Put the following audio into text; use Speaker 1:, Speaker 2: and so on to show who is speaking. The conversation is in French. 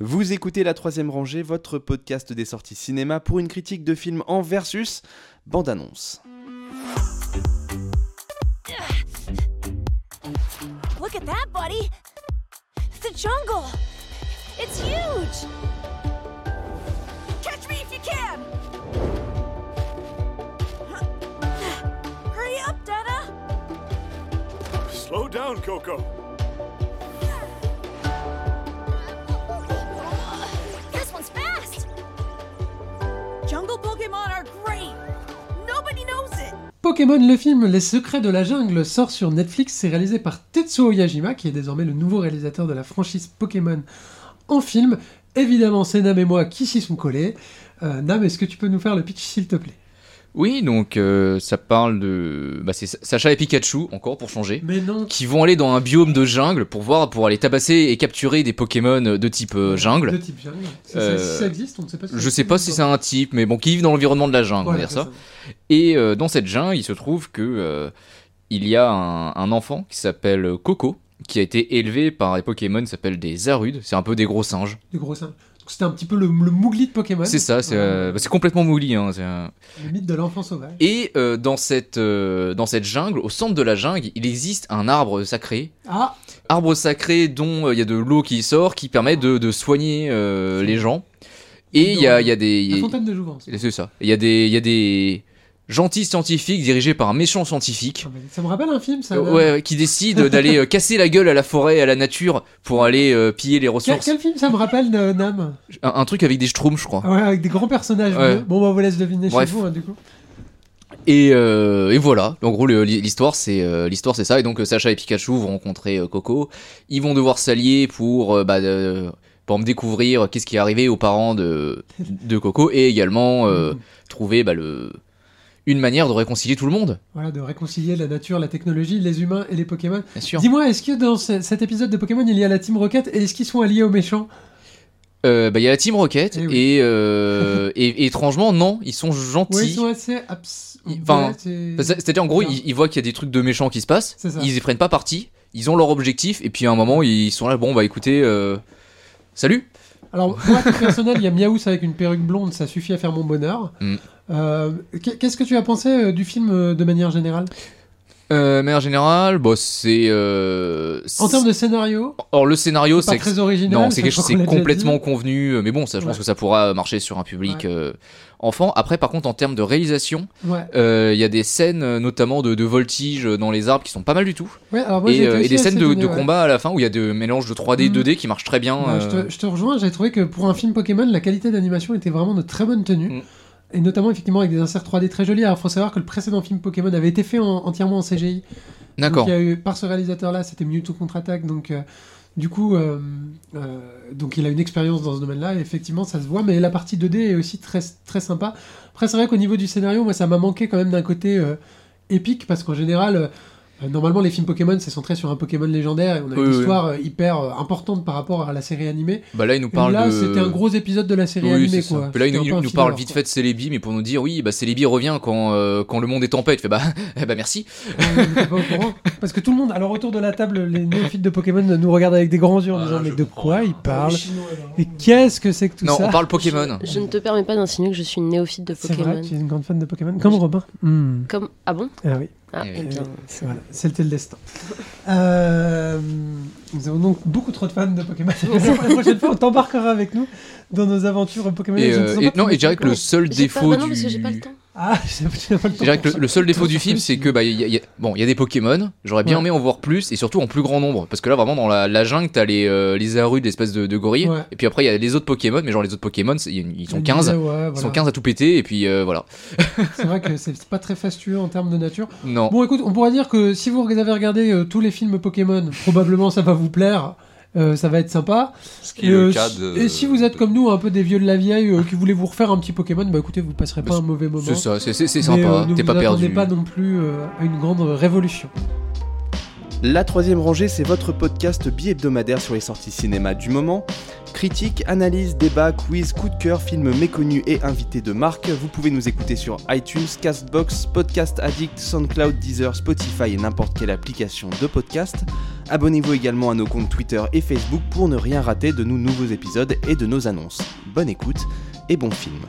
Speaker 1: Vous écoutez La Troisième Rangée, votre podcast des sorties cinéma pour une critique de film en versus bande-annonce.
Speaker 2: Look at that, buddy! It's the jungle! It's huge! Catch me if you can! Hurry up, Dada!
Speaker 3: Slow down, Coco.
Speaker 2: This one's fast! Jungle Pokemon are great! Nobody knows it!
Speaker 4: Pokémon le film Les Secrets de la Jungle sort sur Netflix, c'est réalisé par Tetsuo Yajima qui est désormais le nouveau réalisateur de la franchise Pokémon en film. Évidemment c'est Nam et moi qui s'y sont collés. Euh, Nam est-ce que tu peux nous faire le pitch s'il te plaît
Speaker 5: Oui, donc euh, ça parle de. Bah, c'est Sa- Sacha et Pikachu, encore pour changer,
Speaker 4: Mais non
Speaker 5: qui vont aller dans un biome de jungle pour voir, pour aller tabasser et capturer des Pokémon de type euh,
Speaker 4: De
Speaker 5: jungle.
Speaker 4: type jungle. Si,
Speaker 5: Euh,
Speaker 4: ça, si ça existe, on ne sait pas si ça
Speaker 5: Je
Speaker 4: existe.
Speaker 5: sais pas si c'est un type, mais bon, qui vivent dans l'environnement de la jungle, on va
Speaker 4: Voilà,
Speaker 5: dire
Speaker 4: c'est
Speaker 5: ça. Et euh, dans cette jungle, il se trouve que euh, il y a un, un enfant qui s'appelle Coco, qui a été élevé par des Pokémon qui s'appellent des Arudes. C'est un peu des gros singes.
Speaker 4: Des gros singes. Donc c'était un petit peu le, le Mowgli de Pokémon.
Speaker 5: C'est ça, c'est euh, bah, c'est complètement mouli. Hein, c'est un-
Speaker 4: Le mythe de l'enfant sauvage.
Speaker 5: Et euh, dans, cette, euh, dans cette jungle, au centre de la jungle, il existe un arbre sacré.
Speaker 4: Ah
Speaker 5: Arbre sacré dont euh, il y a de l'eau qui sort, qui permet de, de soigner euh, les gens. Et il y a, il y a des...
Speaker 4: La fontaine de Jouvence.
Speaker 5: C'est ça. Il y, a des- il y a des gentils scientifiques dirigés par un méchant scientifique.
Speaker 4: Ah, mais Ça me rappelle un film ça.
Speaker 5: euh,
Speaker 4: là.
Speaker 5: ouais, ouais, qui décident d'aller euh, casser la gueule à la forêt, à la nature, pour aller euh, piller les
Speaker 4: Quel,
Speaker 5: ressources.
Speaker 4: quel film ça me rappelle euh, Nam
Speaker 5: Un, un truc avec des schtroumpfs, je crois.
Speaker 4: Ah ouais, avec des grands personnages.
Speaker 5: Ouais.
Speaker 4: bleus. Bon, bah, on vous laisse deviner
Speaker 5: Bref.
Speaker 4: chez vous, hein, du coup.
Speaker 5: Et, euh, et voilà, en gros le- l'histoire c'est euh, l'histoire c'est ça et donc euh, Sacha et Pikachu vont rencontrer euh, Coco, ils vont devoir s'allier pour euh, bah, euh, pour me découvrir euh, qu'est-ce qui est arrivé aux parents de de Coco et également euh,
Speaker 4: Mm.
Speaker 5: trouver bah, le une manière de réconcilier tout le monde,
Speaker 4: Voilà, de réconcilier la nature, la technologie, les humains et les Pokémon.
Speaker 5: bien sûr.
Speaker 4: Dis-moi, est-ce que dans ce- cet épisode de Pokémon, il y a la Team Rocket et est-ce qu'ils sont alliés aux méchants
Speaker 5: Euh, bah il y a la Team Rocket
Speaker 4: Eh
Speaker 5: et,
Speaker 4: oui.
Speaker 5: euh, et, et étrangement non, ils sont gentils.
Speaker 4: Ouais, ils sont assez abs...
Speaker 5: Ils- enfin,
Speaker 4: ouais, c'est-
Speaker 5: Parce que- C'est-à-dire en gros,
Speaker 4: Bien.
Speaker 5: ils, ils voient qu'il y a des trucs de méchants qui se passent,
Speaker 4: C'est ça.
Speaker 5: ils y prennent pas parti, ils ont leur objectif et puis à un moment ils sont là bon bah écoutez euh, salut.
Speaker 4: Alors, moi, à titre personnel, il y a Miaous avec une perruque blonde, ça suffit à faire mon bonheur.
Speaker 5: Mm.
Speaker 4: Euh, qu'est- Qu'est-ce que tu as pensé euh, du film euh, de manière générale
Speaker 5: Euh, mais en général, bon, c'est. euh,
Speaker 4: En
Speaker 5: c'est-
Speaker 4: termes de scénario,
Speaker 5: Or, le scénario,
Speaker 4: c'est pas
Speaker 5: c'est.
Speaker 4: très original.
Speaker 5: Non, c'est
Speaker 4: ça,
Speaker 5: quelque
Speaker 4: je
Speaker 5: chose
Speaker 4: crois qu'on
Speaker 5: c'est
Speaker 4: l'a déjà
Speaker 5: complètement
Speaker 4: dit.
Speaker 5: convenu, euh, mais bon, ça, je pense
Speaker 4: Ouais.
Speaker 5: que ça pourra marcher sur un public
Speaker 4: Ouais.
Speaker 5: euh, enfant. Après, par contre, en termes de réalisation,
Speaker 4: Ouais.
Speaker 5: euh, il y a des scènes, euh, notamment de, de voltige euh, dans les arbres, qui sont pas mal du tout,
Speaker 4: Ouais, alors moi,
Speaker 5: et,
Speaker 4: j'étais
Speaker 5: euh, et
Speaker 4: aussi
Speaker 5: des scènes
Speaker 4: assez
Speaker 5: de,
Speaker 4: étonné,
Speaker 5: de
Speaker 4: ouais.
Speaker 5: combat à la fin où il y a des mélanges de 3D,
Speaker 4: Mm.
Speaker 5: 2D qui marchent très bien.
Speaker 4: Ouais, je,
Speaker 5: euh,
Speaker 4: te, je te rejoins, j'ai trouvé que pour un film Pokémon, la qualité d'animation était vraiment de très bonne tenue.
Speaker 5: Mm.
Speaker 4: Et notamment, effectivement, avec des inserts 3D très jolis. Alors, il faut savoir que le précédent film Pokémon avait été fait en- entièrement en CGI.
Speaker 5: D'accord.
Speaker 4: Donc, il y a eu, par ce réalisateur-là, c'était Mewtwo contre-attaque. Donc, euh, du coup, euh, euh, donc il a une expérience dans ce domaine-là. Et effectivement, ça se voit. Mais la partie 2D est aussi très, très sympa. Après, c'est vrai qu'au niveau du scénario, moi, ça m'a manqué quand même d'un côté euh, épique. Parce qu'en général, euh, euh, normalement, les films Pokémon, c'est centré sur un Pokémon légendaire. Et on a
Speaker 5: Oui,
Speaker 4: une
Speaker 5: oui.
Speaker 4: histoire euh, hyper euh, importante par rapport à la série animée.
Speaker 5: Bah là, il nous
Speaker 4: Et
Speaker 5: parle
Speaker 4: là,
Speaker 5: de-
Speaker 4: c'était un gros épisode de la série
Speaker 5: Oui,
Speaker 4: animée,
Speaker 5: c'est ça.
Speaker 4: quoi.
Speaker 5: Puis là, il,
Speaker 4: C'était un
Speaker 5: il
Speaker 4: peu un
Speaker 5: nous
Speaker 4: filler,
Speaker 5: parle vite
Speaker 4: quoi.
Speaker 5: fait de Célébi, mais pour nous dire, oui, bah Célébi revient quand, euh, quand le monde est en paix. Tu fais, bah, eh bah merci.
Speaker 4: On n'était pas au courant. Parce que tout le monde, alors autour de la table, les néophytes de Pokémon nous regardent avec des grands yeux en disant mais de quoi ils parlent Et qu'est-ce que c'est que tout
Speaker 5: non,
Speaker 4: ça
Speaker 5: on parle Pokémon.
Speaker 6: Je, je ne te permets pas d'insinuer que je suis une néophyte de
Speaker 4: C'est
Speaker 6: Pokémon.
Speaker 4: vrai, tu es une grande fan de Pokémon, comme Robin. Hmm.
Speaker 6: Comme ah bon
Speaker 4: Ah oui,
Speaker 6: Ah
Speaker 5: Eh
Speaker 6: eh
Speaker 4: oui.
Speaker 6: bien.
Speaker 4: c'est- voilà, c'était le destin. Euh, nous avons donc beaucoup trop de fans de Pokémon. la prochaine fois, on t'embarquera avec nous dans nos aventures Pokémon.
Speaker 5: Et,
Speaker 4: Je ne sais
Speaker 5: euh,
Speaker 4: pas trop
Speaker 5: et- non, et
Speaker 4: comment-
Speaker 5: je dirais que le seul
Speaker 6: J'ai pas-
Speaker 5: défaut
Speaker 6: bah non,
Speaker 5: du.
Speaker 6: parce que j'ai pas le temps.
Speaker 4: Ah, j'ai j'ai pas le
Speaker 5: je
Speaker 4: temps.
Speaker 5: dirais
Speaker 4: pour
Speaker 5: que le,
Speaker 4: ça.
Speaker 5: le seul défaut
Speaker 4: Tout
Speaker 5: du
Speaker 4: ça,
Speaker 5: film, c'est que bah, il y a- il y a- bon, il y a des Pokémon. J'aurais bien
Speaker 4: Ouais.
Speaker 5: aimé en voir plus, et surtout en plus grand nombre, parce que là, vraiment, dans la, la jungle, t'as les euh, les arudes, l'espèce de, de gorille,
Speaker 4: Ouais.
Speaker 5: et puis après, il y a les autres Pokémon, mais genre les autres Pokémon, c'est- il y a une- ils sont
Speaker 4: Ouais,
Speaker 5: 15,
Speaker 4: ouais,
Speaker 5: ils sont
Speaker 4: voilà.
Speaker 5: 15 à tout péter, et puis euh, voilà.
Speaker 4: C'est vrai que c'est c'est pas très fastueux en termes de nature.
Speaker 5: Non.
Speaker 4: Bon, écoute, on pourrait dire que si vous avez regardé euh, tous les films Pokémon, probablement ça va vous plaire. euh, ça va être sympa.
Speaker 7: Ce qui est
Speaker 4: Euh,
Speaker 7: le cas
Speaker 4: si-
Speaker 7: de.
Speaker 4: Et si vous êtes comme nous, un peu des vieux de la vieille, euh, qui voulez vous refaire un petit Pokémon, bah écoutez, vous passerez pas
Speaker 5: Bah,
Speaker 4: un mauvais moment.
Speaker 5: C'est ça, c'est- c'est c'est
Speaker 4: Mais,
Speaker 5: sympa,
Speaker 4: euh, ne
Speaker 5: t'es
Speaker 4: vous
Speaker 5: pas
Speaker 4: attendez
Speaker 5: perdu.
Speaker 4: pas non plus euh, à une grande euh, révolution.
Speaker 1: La troisième rangée, c'est votre podcast bi-hebdomadaire sur les sorties cinéma du moment. Critiques, analyses, débats, quiz, coup de cœur, films méconnus et invités de marque. Vous pouvez nous écouter sur iTunes, Castbox, Podcast Addict, SoundCloud, Deezer, Spotify et n'importe quelle application de podcast. Abonnez-vous également à nos comptes Twitter et Facebook pour ne rien rater de nos nouveaux épisodes et de nos annonces. Bonne écoute et bon film.